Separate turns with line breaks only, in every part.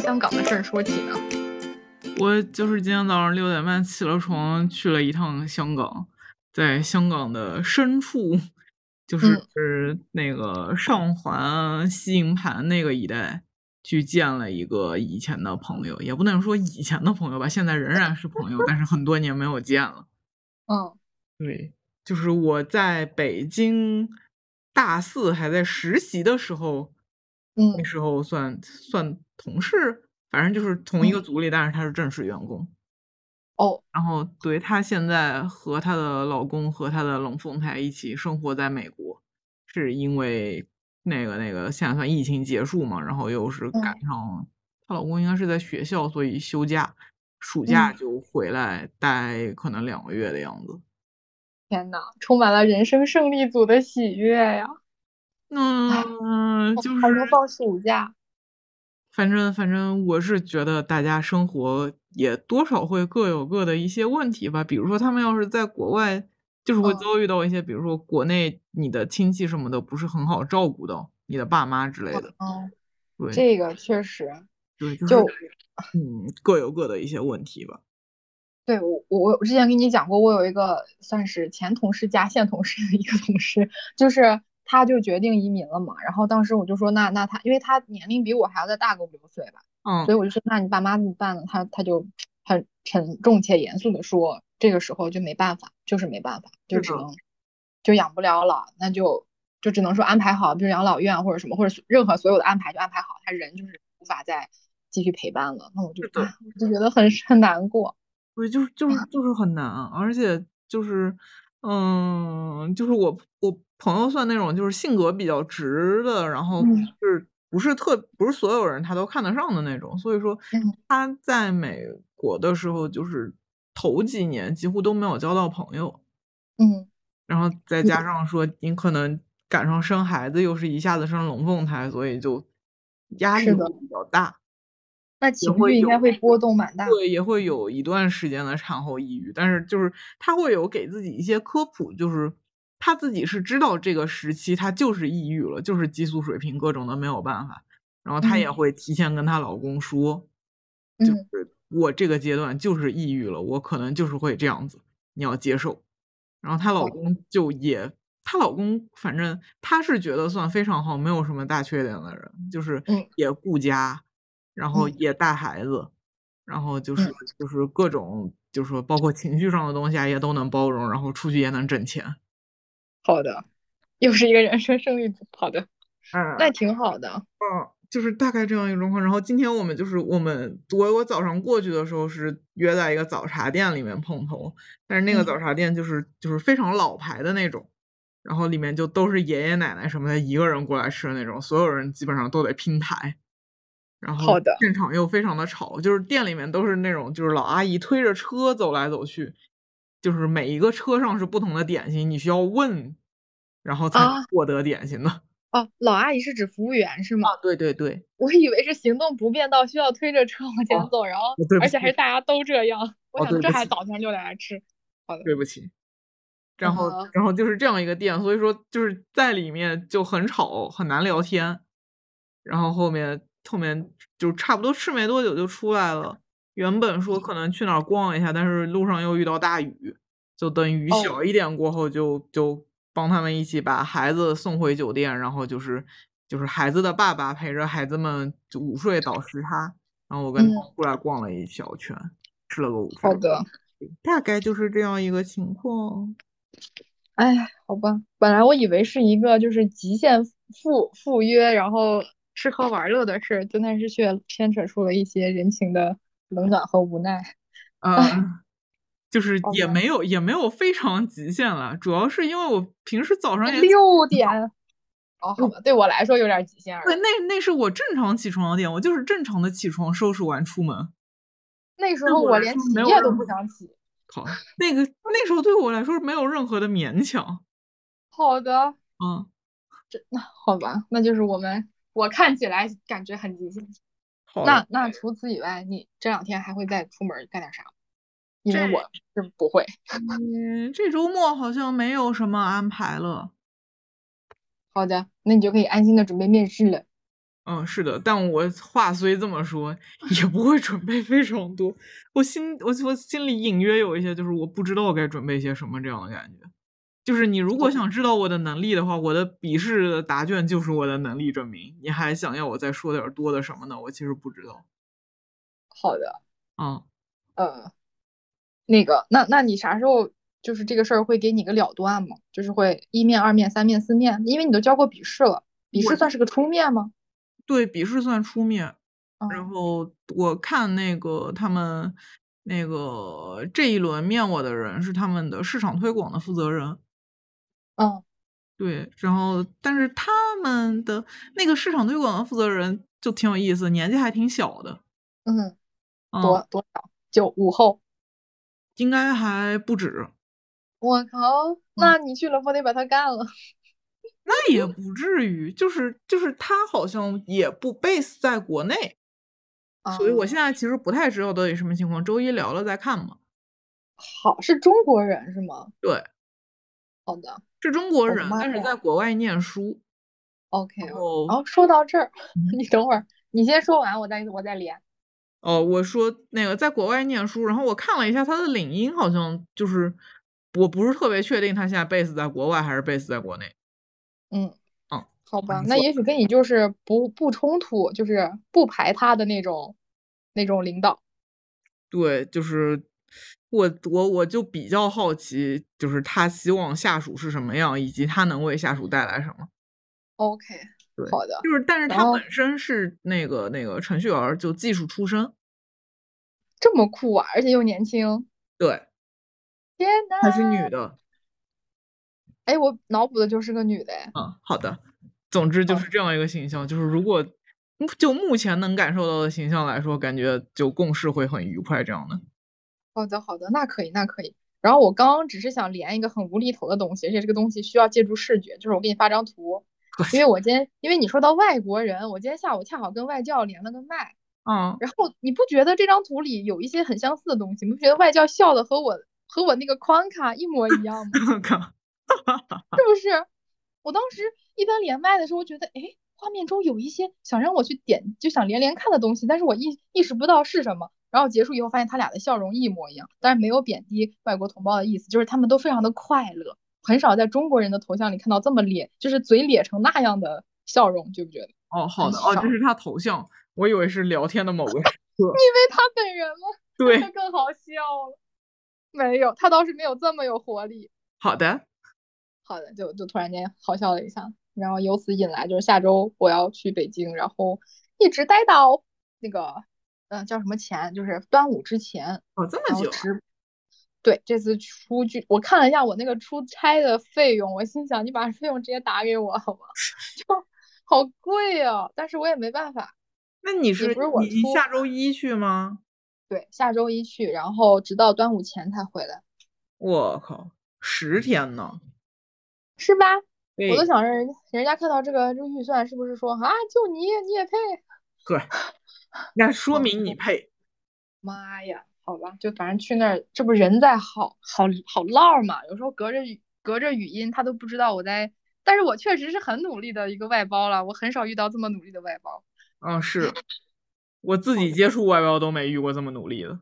香港的事儿说起呢？
我就是今天早上六点半起了床，去了一趟香港，在香港的深处，就是是那个上环啊西营盘那个一带，去见了一个以前的朋友，也不能说以前的朋友吧，现在仍然是朋友，但是很多年没有见了。
嗯，
对，就是我在北京大四还在实习的时候，
嗯
那时候算算同事，反正就是同一个组里，但是他是正式员工。
哦，
然后对她现在和她的老公和她的龙凤胎一起生活在美国，是因为那个那个现在算疫情结束嘛，然后又是
嗯
赶上她老公应该是在学校，所以休假，暑假
嗯哎
就回来待可能两个月的样子。
天呐，充满了人生胜利组的喜悦呀！
那就是
还能放暑假，
反正反正我是觉得大家生活也多少会各有各的一些问题吧，比如说他们要是在国外，就是会
嗯
遭遇到一些，比如说国内你的亲戚什么的不是很好照顾到你的爸妈之类的，
嗯，
对
这个确实，
对，就是
就
嗯各有各的一些问题吧，
对我我我之前跟你讲过，我有一个算是前同事加现同事的一个同事，就是他就决定移民了嘛，然后当时我就说那那他，因为他年龄比我还要再大个五六岁吧，
嗯
所以我就说那你爸妈怎么办呢？他他就很沉重且严肃的说，这个时候就没办法，就是没办法，就是只
的
能就养不了了，那就就只能说安排好，比如养老院或者什么，或者任何所有的安排就安排好，他人就是无法再继续陪伴了，那我就是
的
哎我就觉得很很难过，
对，就是就是
嗯
就是很难，啊而且就是嗯，就是我我朋友算那种就是性格比较直的，然后
嗯
就是不是特不是所有人他都看得上的那种，所以说
嗯
他在美国的时候就是头几年几乎都没有交到朋友，
嗯
然后再加上说你可能赶上生孩子，又是一下子生龙凤胎，所以就压力
是
会
的
比较大。
那情
会
绪应该
有
会波动蛮大，嗯
对，也会有一段时间的产后抑郁，但是就是他会有给自己一些科普，就是他自己是知道这个时期他就是抑郁了，就是激素水平各种的没有办法，然后她也
嗯
会提前跟她老公说，就
嗯
是我这个阶段就是抑郁了，我可能就是会这样子，你要接受。然后她老
好
公就也，她老公反正他是觉得算非常好，没有什么大缺点的人，就是
嗯
也顾家，然后
嗯
也带孩子，然后就
嗯
是就是各种就是说包括情绪上的东西啊也都能包容，然后出去也能挣钱。
好的，又是一个人生胜利组，好的，
嗯，
那挺好的，
嗯，就是大概这样一个状况。然后今天我们就是我们我我早上过去的时候是约在一个早茶店里面碰头，但是那个
嗯
早茶店就是就是非常老牌的那种，然后里面就都是爷爷奶奶什么的一个人过来吃的那种，所有人基本上都得拼台。然后
好的
现场又非常的吵，就是店里面都是那种就是老阿姨推着车走来走去，就是每一个车上是不同的点心，你需要问，然后才能
啊
获得点心的。啊，
哦，老阿姨是指服务员是吗？
对对对，
我以为是行动不便到需要推着车往前
哦
走，然后
对不
而且还
起
是大家都这样。我
哦
想
对
这
不
还
起
早上就来吃，好的，
对不起。然后，
啊
然后就是这样一个店，所以说就是在里面就很吵，很难聊天。然后后面后面就差不多吃没多久就出来了。原本说可能去哪儿逛一下，但是路上又遇到大雨，就等雨
哦
小一点过后就，就帮他们一起把孩子送回酒店，然后就是就是孩子的爸爸陪着孩子们就午睡倒时差，然后我跟他
嗯
出来逛了一小圈，吃了个午
好
饭。
的，
大概就是这样一个情况。
哎，好吧，本来我以为是一个就是极限赴赴约，然后吃喝玩乐的事，真的是却牵扯出了一些人情的冷暖和无奈。
呃，
啊
就是
好
也
吧
没有也没有非常极限了，主要是因为我平时早上也
哎六点，哦，好吧，对我来说有点极限
对，
了。
那那是我正常起床的点，我就是正常的起床收拾完出门。
那时
对
候
我
我
来
连
说
起
没有
夜
任
都
何
不想起。
好，那个那时候对我来说没有任何的勉强。
好的，
嗯，
好吧，那就是我们我看起来感觉很极限。
好的
那那除此以外，你这两天还会再出门干点啥吗？因
这
为我是不会。
嗯，这周末好像没有什么安排了。
好的，那你就可以安心的准备面试了。
嗯，是的，但我话虽这么说，也不会准备非常多。我心，我我心里隐约有一些，就是我不知道该准备些什么这样的感觉。就是你如果想知道我的能力的话，我的笔试答卷就是我的能力证明。你还想要我再说点多的什么呢？我其实不知道。
好的，
嗯，
呃，那个，那那你啥时候就是这个事儿会给你个了断吗？就是会一面、二面、三面、四面，因为你都交过笔试了，笔试算是个初面吗？
对，笔试算出面。
嗯
然后我看那个他们那个这一轮面我的人是他们的市场推广的负责人。
嗯
对，然后但是他们的那个市场推广的负责人就挺有意思，年纪还挺小的，
嗯，
嗯，
多多少？就午后。
应该还不止，
我靠，
嗯
那你去了不得把他干了？
那也不至于，就是就是他好像也不 base 在国内，所以我现
在
在其实不太知道到底什么情况，周一聊了再看嘛。
好是中国人是吗？
对，
好的
是中国
我的
人，
妈
但是
呀
在国外念书，
，OK。
然后
然后哦说到这儿，
嗯
你等会儿，你先说完，我再我再连。
哦，我说那个在国外念书，然后我看了一下他的领英，好像就是我不是特别确定他现在 base 在国外还是 base 在国内。
嗯，
嗯，
好吧，
你
那
说
也许跟你就是不不冲突，就是不排他的那种那种领导。
对，就是我我我就比较好奇，就是他希望下属是什么样，以及他能为下属带来什么。
OK，
对，
好的。
就是但是
然
他
后
本身是那个那个程序员儿，就技术出身。
这么酷啊，而且又年轻，
对，
啊天呐！
她是女的。
哎，我脑补的就是个女的哎。
嗯，好的。总之就
好，
是这样一个形象，就是如果目就目前能感受到的形象来说，感觉就共事会很愉快这样的。
好的，好的，那可以，那可以。然后我刚刚只是想连一个很无厘头的东西，而且这个东西需要借助视觉，就是我给你发张图，
可
因
惜，
为我今天，因为你说到外国人，我今天下午恰好跟外教连了个麦，
嗯，
然后你不觉得这张图里有一些很相似的东西？你不觉得外教笑的和我和我那个框卡一模一样吗？
靠，
是不是？我当时一般连麦的时候，我觉得，哎，画面中有一些想让我去点，就想连连看的东西，但是我意意识不到是什么。然后结束以后，发现他俩的笑容一模一样，但是没有贬低外国同胞的意思，就是他们都非常的快乐，很少在中国人的头像里看到这么咧，就是嘴咧成那样的笑容，你觉不觉得？
哦，好
很
的，哦，这
少，
是他头像，我以为是聊天的某个时刻。
因为他本人嘛，那就
对，
更好笑了。没有，他倒是没有这么有活力。
好的，
好的，就就突然间好笑了一下，然后由此引来就是下周我要去北京，然后一直待到那个，嗯、叫什么前，就是端午之前，
哦，这么
然后
久啊，
直，对，这次出去，我看了一下我那个出差的费用，我心想你把费用直接打给我好吗？ 就好贵啊，但是我也没办法，
那你
也
是
不是
你
我
你
出，
下周一去吗？
对，下周一去，然后直到端午前才回来，
我靠，十天呢？
是吧？嗯我都
对，
想让人人家看到这个这个预算是不是说啊，就你你也配？
对，那说
嗯，
明你配。
妈呀，好吧，就反正去那儿，这不人在好好好唠儿嘛，有时候隔着语隔着语音，他都不知道我在。但是我确实是很努力的一个外包了，我很少遇到这么努力的外包。
嗯， 是我
哦
自己接触外包都没遇过这么努力的。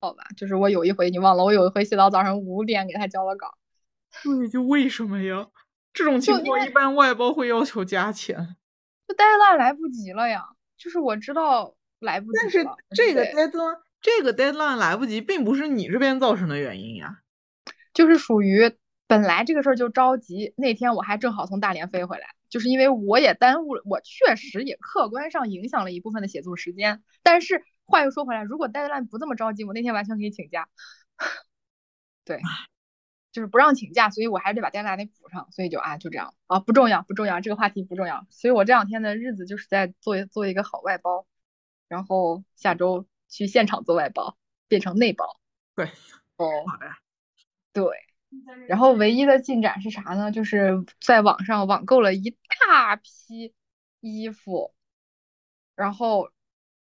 好吧，就是我有一回你忘了，我有一回写到早上五点给他交了稿，
对，就为什么呀？这种
就
情
因
况一
为
般外包会要求 加钱，
就 deadline 来不及了呀，就是我知道来不
但
及
是
了，我就
这个
得
deadline 这个 deadline 来不及，并不是你这边造成的原因呀。
就是属于本来这个事儿就着急，那天我还正好从大连飞回来，就是因为我也耽误了，我确实也客观上影响了一部分的写作时间。但是话又说回来，如果 deadline 不这么着急，我那天完全可以请假。 对，就是不让请假，所以我还是得把 deadline 得补上，所以就啊就这样啊不重要不重要，这个话题不重要。所以我这两天的日子就是在做做一个好外包，然后下周去现场做外包，变成内包。
对，
哦，
好的，
对。然
嗯
后唯一的进展是啥呢？就是在网上网购了一大批衣服，然后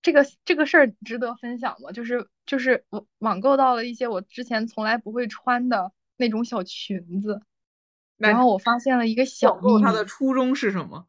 这个这个事儿值得分享吗？就是就是我网购到了一些我之前从来不会穿的那种小裙子，
那
然
你
后我发现了一个小
网购
秘
它的嗯
密，
初衷是什么？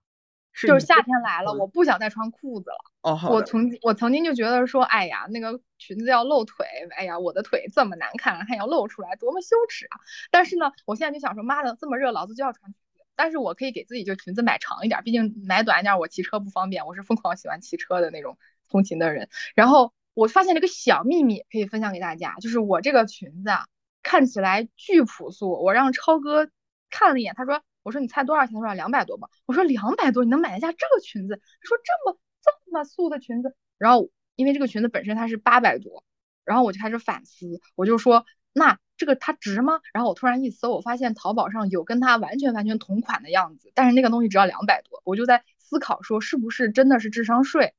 是
就是
你
夏天来了，我不想再穿裤子了。
哦，好
我
的
曾经我曾经就觉得说，哎呀，那个裙子要露腿，哎呀，我的腿这么难看，还要露出来，多么羞耻啊！但是呢，我现在就想说，妈的，这么热，老子就要穿裙子。但是我可以给自己就裙子买长一点，毕竟买短一点我骑车不方便。我是疯狂喜欢骑车的那种通勤的人。然后我发现了一个小秘密，可以分享给大家，就是我这个裙子啊，看起来巨朴素。我让超哥看了一眼，他说：“我说你猜多少钱？”他说：“两百多吧。”我说：“两百多，你能买得下这个裙子？”他说：“这么这么素的裙子。”然后因为这个裙子本身它是八百多，然后我就开始反思，我就说：“那这个它值吗？”然后我突然一搜，我发现淘宝上有跟它完全完全同款的样子，但是那个东西只要两百多，我就在思考说是不是真的是智商税。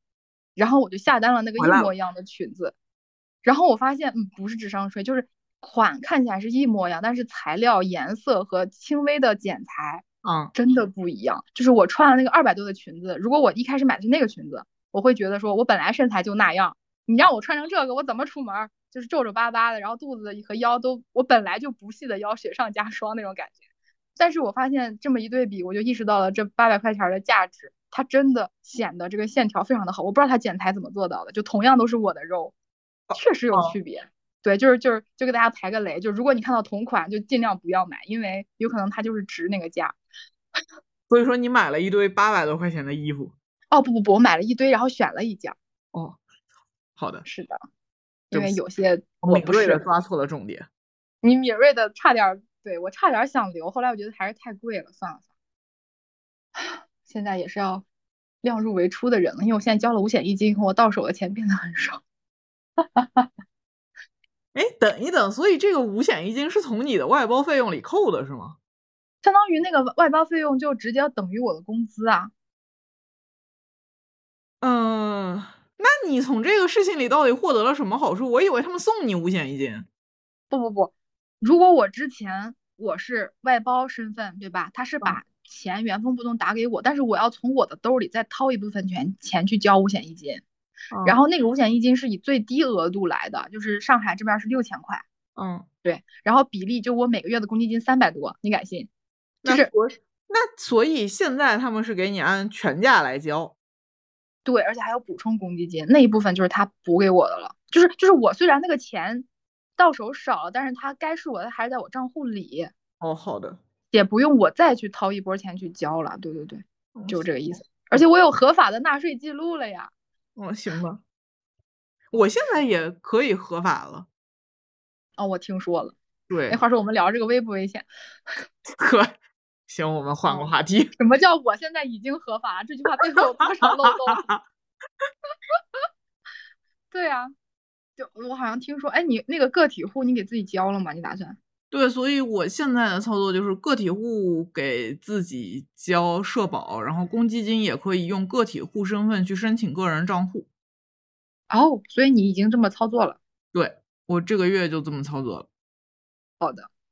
然后我就下单了那个
回来
一模一样的裙子，然后我发现，嗯，不是智商税，就是款看起来是一模一样，但是材料、颜色和轻微的剪裁
啊，
真的不一样。就是我穿了那个二百多的裙子，如果我一开始买的是那个裙子，我会觉得说我本来身材就那样，你让我穿成这个，我怎么出门儿？就是皱皱巴巴的，然后肚子和腰都，我本来就不细的腰雪上加霜那种感觉。但是我发现这么一对比，我就意识到了这八百块钱儿的价值，它真的显得这个线条非常的好。我不知道它剪裁怎么做到的，就同样都是我的肉，确实有
哦
区别。对，就是就是就给大家排个雷，就如果你看到同款，就尽量不要买，因为有可能它就是值那个价。
所以说你买了一堆八百多块钱的衣服。
哦不不不，我买了一堆，然后选了一件儿。
哦，好的，
是的，因
对不
为
起
有些
我
我
敏
不
锐的
是
抓错了重点。
你敏锐的，差点儿对我差点儿想留，后来我觉得还是太贵了，算了算了。 现在也是要量入为出的人了，因为我现在交了五险一金，我到手的钱变得很少。
哎，等一等，所以这个五险一金是从你的外包费用里扣的是吗？
相当于那个外包费用就直接等于我的工资啊。
嗯、那你从这个事情里到底获得了什么好处？我以为他们送你五险一金。
不不不，如果我之前我是外包身份，对吧？
嗯
他是把钱原封不动打给我，但是我要从我的兜里再掏一部分钱钱去交五险一金，然
嗯
后那个五险一金是以最低额度来的，就是上海这边是六千块，
嗯，
对，然后比例就我每个月的公积金三百多，你敢信？就
那
是
所那所以现在他们是给你按全价来交。
对，而且还有补充公积金那一部分，就是他补给我的了。就是就是我虽然那个钱到手少了，但是他该是我的还是在我账户里，
哦，好的，
也不用我再去掏一波钱去交了。对对对，
嗯
就是这个意思。而且我有合法的纳税记录了呀。
哦，行吧，我现在也可以合法了。
哦，我听说了。
对
哎，，话说我们聊这个危不危险？
可行，我们换个
哦
话题。
什么叫我现在已经合法了？这句话背后有多少漏洞？啊 对啊，就我好像听说，哎，你那个个体户你给自己交了吗？你打算？
对，所以我现在的操作就是个体户给自己交社保，然后公积金也可以用个体户身份去申请个人账户。
哦，所以你已经这么操作了。
对我这个月就这么操作了。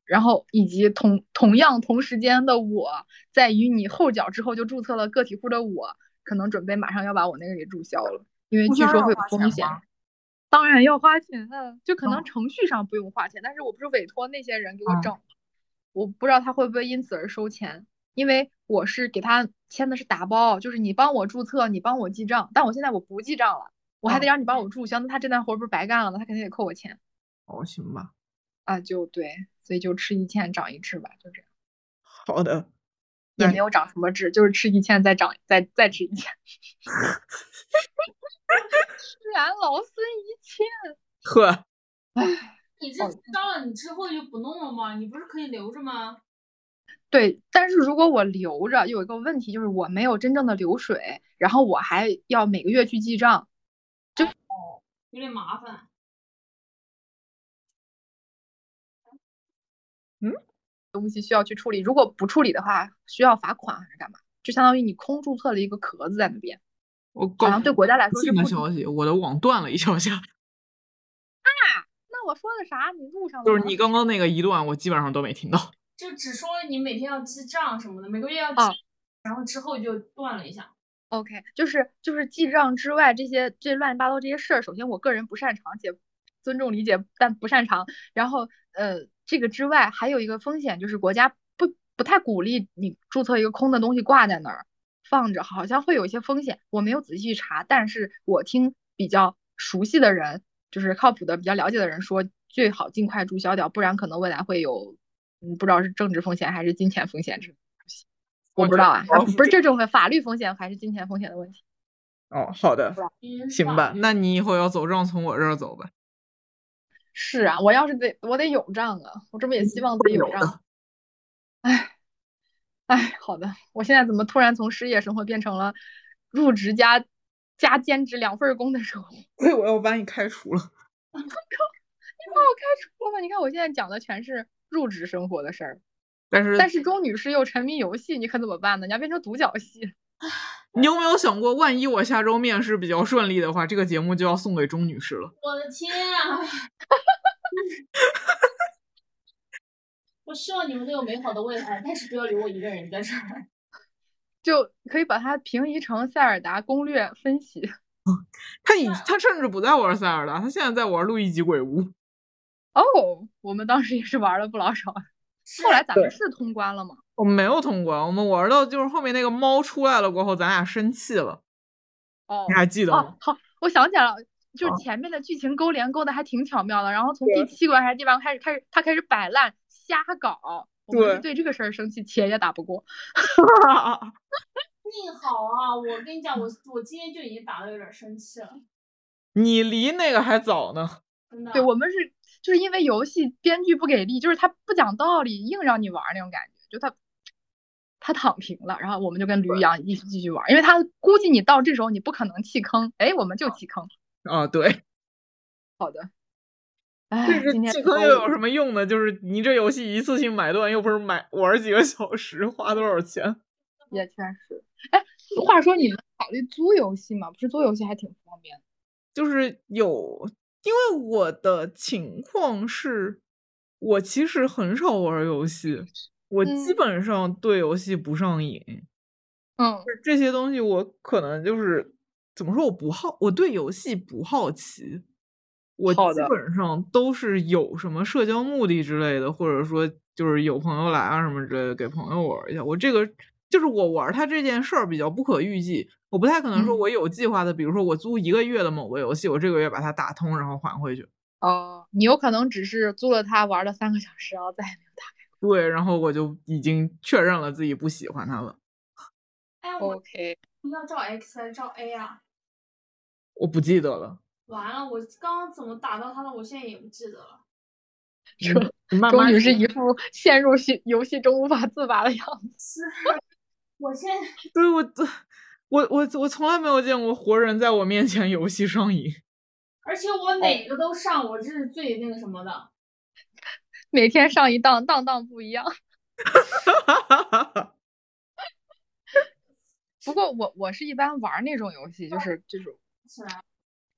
然后以及同同样同时间的我，在与你后脚之后就注册了个体户的我，可能准备马上要把我那个给注销了，因为
注
据
销
说
要
会有
花
风
钱
险
吗。
当然要花钱啊，就可
哦
能程序上不用花钱，但是我不是委托那些人给我
嗯
整，我不知道他会不会因此而收钱，因为我是给他签的是打包，就是你帮我注册，你帮我记账，但我现在我不记账了，我还得
哦
让你帮我注销，那他这单活儿不是白干了吗？他肯定得扣我钱
哦，行吧，
啊，就对，所以就吃一堑长一智吧，就这样。
好的。
也
对
没有长什么痣，就是吃一堑再长再再吃一堑。 吃然老孙一堑。
呵，
你
哦
这交了，你之后就不弄了吗？你不是可以留着吗？
对，但是如果我留着，有一个问题就是我没有真正的流水，然后我还要每个月去记账。
有点麻烦。
东西需要去处理，如果不处理的话，需要罚款还是干嘛？就相当于你空注册了一个壳子在那边，
我
好
告
像
诉
对国家来说是
新
不
的
利。
消息，我的网断了一小下，
那我说的啥？你录上了
就是
吗
你刚刚那个一段，我基本上都没听到。
就只说你每天要记账什么的，每个月要记，
哦
然后之后就断了一下。
OK，就是就是记账之外这些这乱七八糟这些事儿，首先我个人不擅长，且尊重理解，但不擅长。然后呃，这个之外还有一个风险就是国家不不太鼓励你注册一个空的东西挂在那儿，放着，好像会有一些风险，我没有仔细查，但是我听比较熟悉的人，就是靠谱的、比较了解的人说，最好尽快注销掉，不然可能未来会有，嗯，不知道是政治风险还是金钱风险这种东西，我不知道啊，
我
啊
觉得
不是这种法律风险还是金钱风险的问题。
哦，好的，
嗯
行吧，那你以后要走账从我这儿走吧。
是啊，我要是得我得有账啊，我这不也希望自己有
嗯有的
账。哎，哎，好的，我现在怎么突然从失业生活变成了入职加加兼职两份儿工的生活？你
所以我要把你开除了。
把我开除了吧？你看我现在讲的全是入职生活的事儿，
但是，
但是钟女士又沉迷游戏，你可怎么办呢？你要变成独角戏，
你有没有想过，万一我下周面试比较顺利的话，这个节目就要送给钟女士了？
我的天啊！ 我希望你们都有美好的未来，但是不要留我一个人在这儿。
就可以把它平移成塞尔达攻略分析。
她已，她甚至不在玩塞尔达，她现在在玩路易吉鬼屋。
哦，我们当时也是玩了不老少，后来咱们是通关了吗？
我们没有通关，我们玩到就是后面那个猫出来了过后，咱俩生气了，
哦，
你还记得
哦
吗？，
好，我想起来了，就
啊
是前面的剧情勾连勾的还挺巧妙的，然后从第七关还是第八关开始，开始他开始摆烂瞎搞，我们是对这个事儿生气，且也打不过。
命好啊！我跟你讲，我
嗯
我今天就已经打的有点生气了，
你离那个还早呢。
真的。
对我们是就是因为游戏编剧不给力，就是他不讲道理，硬让你玩儿那种感觉，就他他躺平了，然后我们就跟驴一样一起继续玩儿，因为他估计你到这时候你不可能弃坑，哎，我们就弃坑。
啊，对，
好的，哎
但，是
今天
弃
周
坑又
五
有什么用呢？就是你这游戏一次性买断，又不是买玩几个小时，花多少钱？
也确实，哎，话说你们考虑租游戏吗？不是租游戏还挺方便的。
就是有，因为我的情况是，我其实很少玩游戏，我基
嗯
本上对游戏不上瘾。
嗯
就是这些东西我可能就是怎么说，我不好，我对游戏不好奇。我基
好的
本上都是有什么社交目的之类的，或者说就是有朋友来啊什么之类的，给朋友玩一下。我这个就是我玩它这件事儿比较不可预计，我不太可能说
嗯
我有计划的，比如说我租一个月的某个游戏，我这个月把它打通然后还回去，
哦，你有可能只是租了它玩了三个小时，然后再也没有打
对，然后我就已经确认了自己不喜欢它了，
哎，
开。
我
OK，
不要照 X 还是照 A 啊？
我不记得了，
完了，我刚刚怎么打到他的，我现在也不记得了。
终
你 慢
终
慢
于是
想
一副陷入戏游戏中无法自拔的样子。
是，我现在
对我， 我我我从来没有见过活人在我面前游戏上 瘾。
而且我哪个都上，我这是最那个什么的。
每天上一档，档档不一样。不过我我是一般玩那种游戏，就是这种
起来，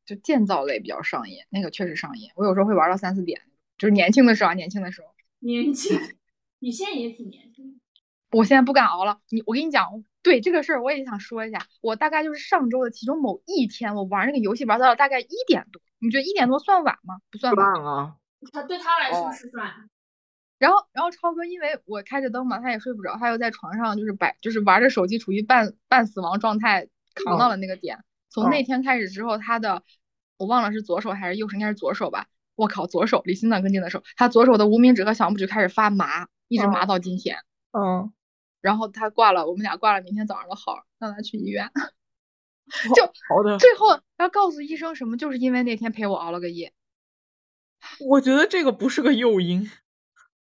就建造类比较上瘾，那个确实上瘾。我有时候会玩到三四点，就是年轻的时候啊，年轻的时候。
年轻， 你现在也挺年轻。
我现在不敢熬了。你，我跟你讲，对这个事儿我也想说一下。我大概就是上周的其中某一天，我玩那个游戏玩到了大概一点多。你觉得一点多算晚吗？不算晚。
啊！
他对他来说
哦
是算，
然后，然后超哥因为我开着灯嘛，他也睡不着，他又在床上就是摆，就是玩着手机，处于半半死亡状态，扛到了那个点。从那天开始之后，他的我忘了是左手还是右手，应该是左手吧。我靠，左手离心脏更近的手，他左手的无名指和小拇指开始发麻，一直麻到今天。
嗯，
然后他挂了，我们俩挂了明天早上的号，让他去医院。
好的。
最后要告诉医生什么，就是因为那天陪我熬了个夜。
我觉得这个不是个诱因。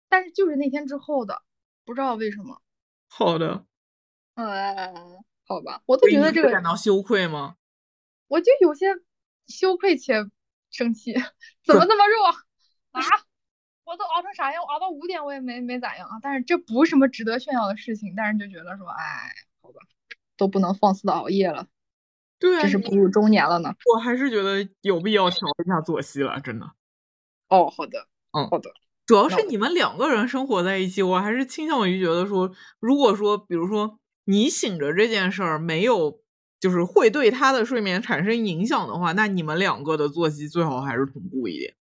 但是就是那天之后的，不知道为什么。
好的，
呃，好吧，我都
所以
觉
嗯你
得
会
这个，
感到羞愧吗？
我就有些羞愧且生气，怎么那么弱啊？我都熬成啥样？我熬到五点我也没没咋样啊。但是这不是什么值得炫耀的事情，但是就觉得说，哎，好吧，都不能放肆的熬夜了，
对啊，
这是
你
步入中年了呢。
我还是觉得有必要调一下作息了，真的。
哦，好的，
嗯
好的，
主要
那
是
我
你们两个人生活在一起，我还是倾向于觉得说，如果说，比如说你醒着这件事儿没有，就是会对他的睡眠产生影响的话，那你们两个的作息最好还是同步一点。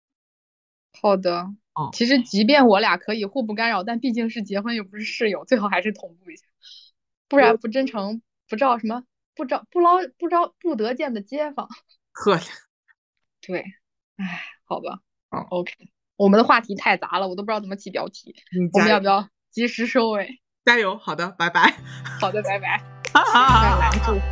好的。
嗯
其实即便我俩可以互不干扰，但毕竟是结婚又不是室友，最好还是同步一下，不然不真诚不照什么不招不捞不招不得见的街坊。
呵，
对，唉，好吧，
好
o k 我们的话题太杂了，我都不知道怎么起标题。
你
我
加
们要
油
不要及时收尾？
加油，好的，拜拜。
好的，拜拜，再来一祝福。